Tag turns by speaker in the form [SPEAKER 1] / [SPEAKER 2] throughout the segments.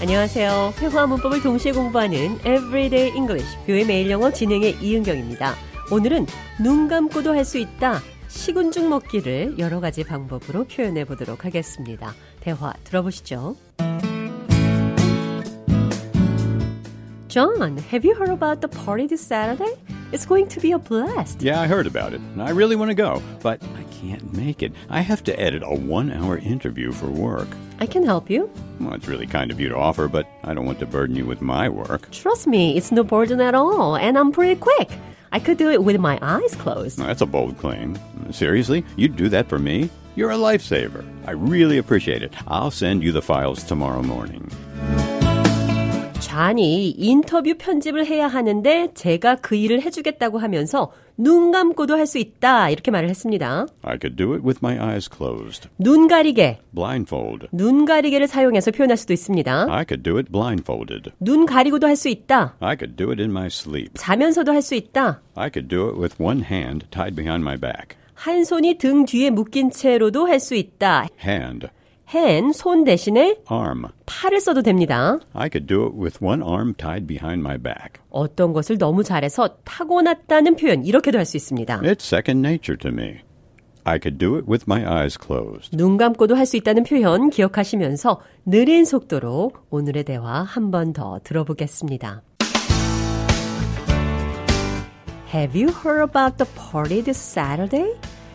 [SPEAKER 1] 안녕하세요. 회화 문법을 동시에 공부하는 Everyday English 뷰의 매일 영어 진행의 이은경입니다. 오늘은 눈 감고도 할 수 있다. 시군죽 먹기를 여러 가지 방법으로 표현해 보도록 하겠습니다. 대화 들어보시죠. John, have you heard about the party this Saturday? It's going to be a blast.
[SPEAKER 2] Yeah, I heard about it, and I really want to go, but I can't make it. I have to edit a one hour interview for work.
[SPEAKER 1] I can help you.
[SPEAKER 2] Well, it's really kind of you to offer, but I don't want to burden you with my work.
[SPEAKER 1] Trust me, it's no burden at all, and I'm pretty quick. I could do it with my eyes closed.
[SPEAKER 2] Now, that's a bold claim. Seriously? You'd do that for me? You're a lifesaver. I really appreciate it. I'll send you the files tomorrow morning.
[SPEAKER 1] 잔이 인터뷰 편집을 해야 하는데 제가 그 일을 해주겠다고 하면서 눈 감고도 할 수 있다 이렇게 말을 했습니다.
[SPEAKER 2] I could do it with my eyes closed.
[SPEAKER 1] 눈 가리개,
[SPEAKER 2] Blindfold.
[SPEAKER 1] 눈 가리개를 사용해서 표현할 수도 있습니다.
[SPEAKER 2] I could do it blindfolded.
[SPEAKER 1] 눈 가리고도 할 수 있다.
[SPEAKER 2] I could do it in my sleep.
[SPEAKER 1] 자면서도 할 수 있다.
[SPEAKER 2] I could do it with one hand tied behind my back.
[SPEAKER 1] 한 손이 등 뒤에 묶인 채로도 할 수 있다.
[SPEAKER 2] Hand.
[SPEAKER 1] hand, 손 대신에
[SPEAKER 2] Arm.
[SPEAKER 1] 팔을 써도 됩니다.
[SPEAKER 2] I could do it with one arm tied behind my back.
[SPEAKER 1] 어떤 것을 너무 잘해서 타고났다는 표현 이렇게도 할 수 있습니다.
[SPEAKER 2] It's second nature to me. I could do it with my eyes closed.
[SPEAKER 1] 눈 감고도 할 수 있다는 표현 기억하시면서 느린 속도로 오늘의 대화 한 번 더 들어보겠습니다. Have you heard about the party this Saturday?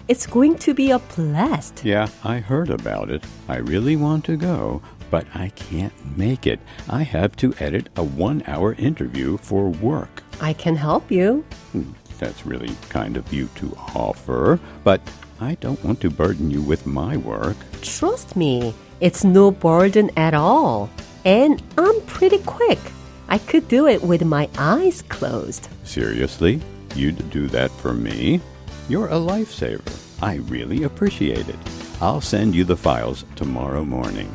[SPEAKER 1] It's going to be a blast.
[SPEAKER 2] Yeah, I heard about it. I really want to go, but I can't make it. I have to edit a one hour interview for work.
[SPEAKER 1] I can help you.
[SPEAKER 2] Hmm, That's really kind of you to offer, but I don't want to burden you with my work.
[SPEAKER 1] Trust me, it's no burden at all. And I'm pretty quick. I could do it with my eyes closed.
[SPEAKER 2] Seriously? You'd do that for me? You're a lifesaver. I really appreciate it. I'll send you the files tomorrow morning.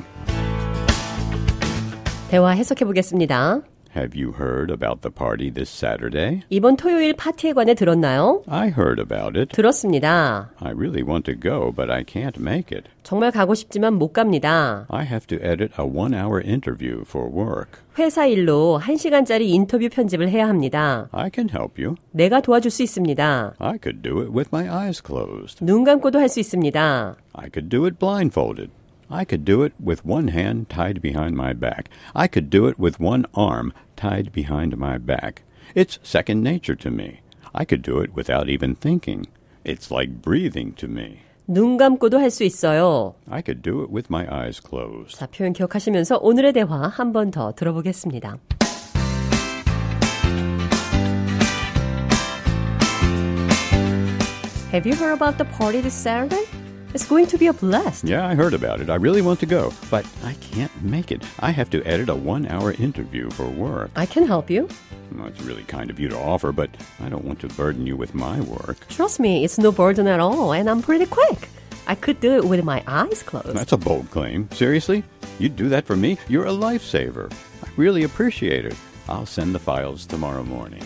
[SPEAKER 1] 대화 해석해 보겠습니다.
[SPEAKER 2] Have you heard about the party this Saturday?
[SPEAKER 1] 이번 토요일 파티에 관해 들었나요?
[SPEAKER 2] I heard about it.
[SPEAKER 1] 들었습니다.
[SPEAKER 2] I really want to go, but I can't make it.
[SPEAKER 1] 정말 가고 싶지만 못 갑니다.
[SPEAKER 2] I have to edit a one hour interview for work.
[SPEAKER 1] 회사 일로 1시간짜리 인터뷰 편집을 해야 합니다.
[SPEAKER 2] I can help you.
[SPEAKER 1] 내가 도와줄 수 있습니다.
[SPEAKER 2] I could do it with my eyes closed.
[SPEAKER 1] 눈 감고도 할 수 있습니다.
[SPEAKER 2] I could do it blindfolded. I could do it with one hand tied behind my back. I could do it with one arm tied behind my back. It's second nature to me. I could do it without even thinking. It's like breathing to me.
[SPEAKER 1] 눈 감고도 할 수 있어요.
[SPEAKER 2] I could do it with my eyes closed.
[SPEAKER 1] 자, 표현 기억하시면서 오늘의 대화 한 번 더 들어보겠습니다. Have you heard about the party this Saturday? It's going to be a blast.
[SPEAKER 2] Yeah, I heard about it. I really want to go, but I can't make it. I have to edit a one hour interview for work.
[SPEAKER 1] I can help you.
[SPEAKER 2] Well, it's really kind of you to offer, but I don't want to burden you with my work.
[SPEAKER 1] Trust me, it's no burden at all, and I'm pretty quick. I could do it with my eyes closed.
[SPEAKER 2] That's a bold claim. Seriously? You'd do that for me? You're a lifesaver. I really appreciate it. I'll send the files tomorrow morning.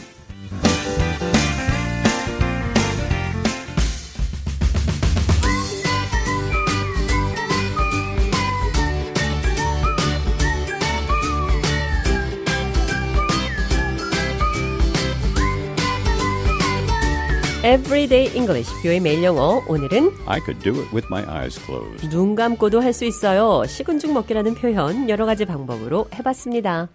[SPEAKER 1] Everyday English, 뷰의 매일 영어. 오늘은
[SPEAKER 2] I could do it with my eyes closed.
[SPEAKER 1] 눈 감고도 할 수 있어요. 식은 죽 먹기라는 표현 여러 가지 방법으로 해봤습니다.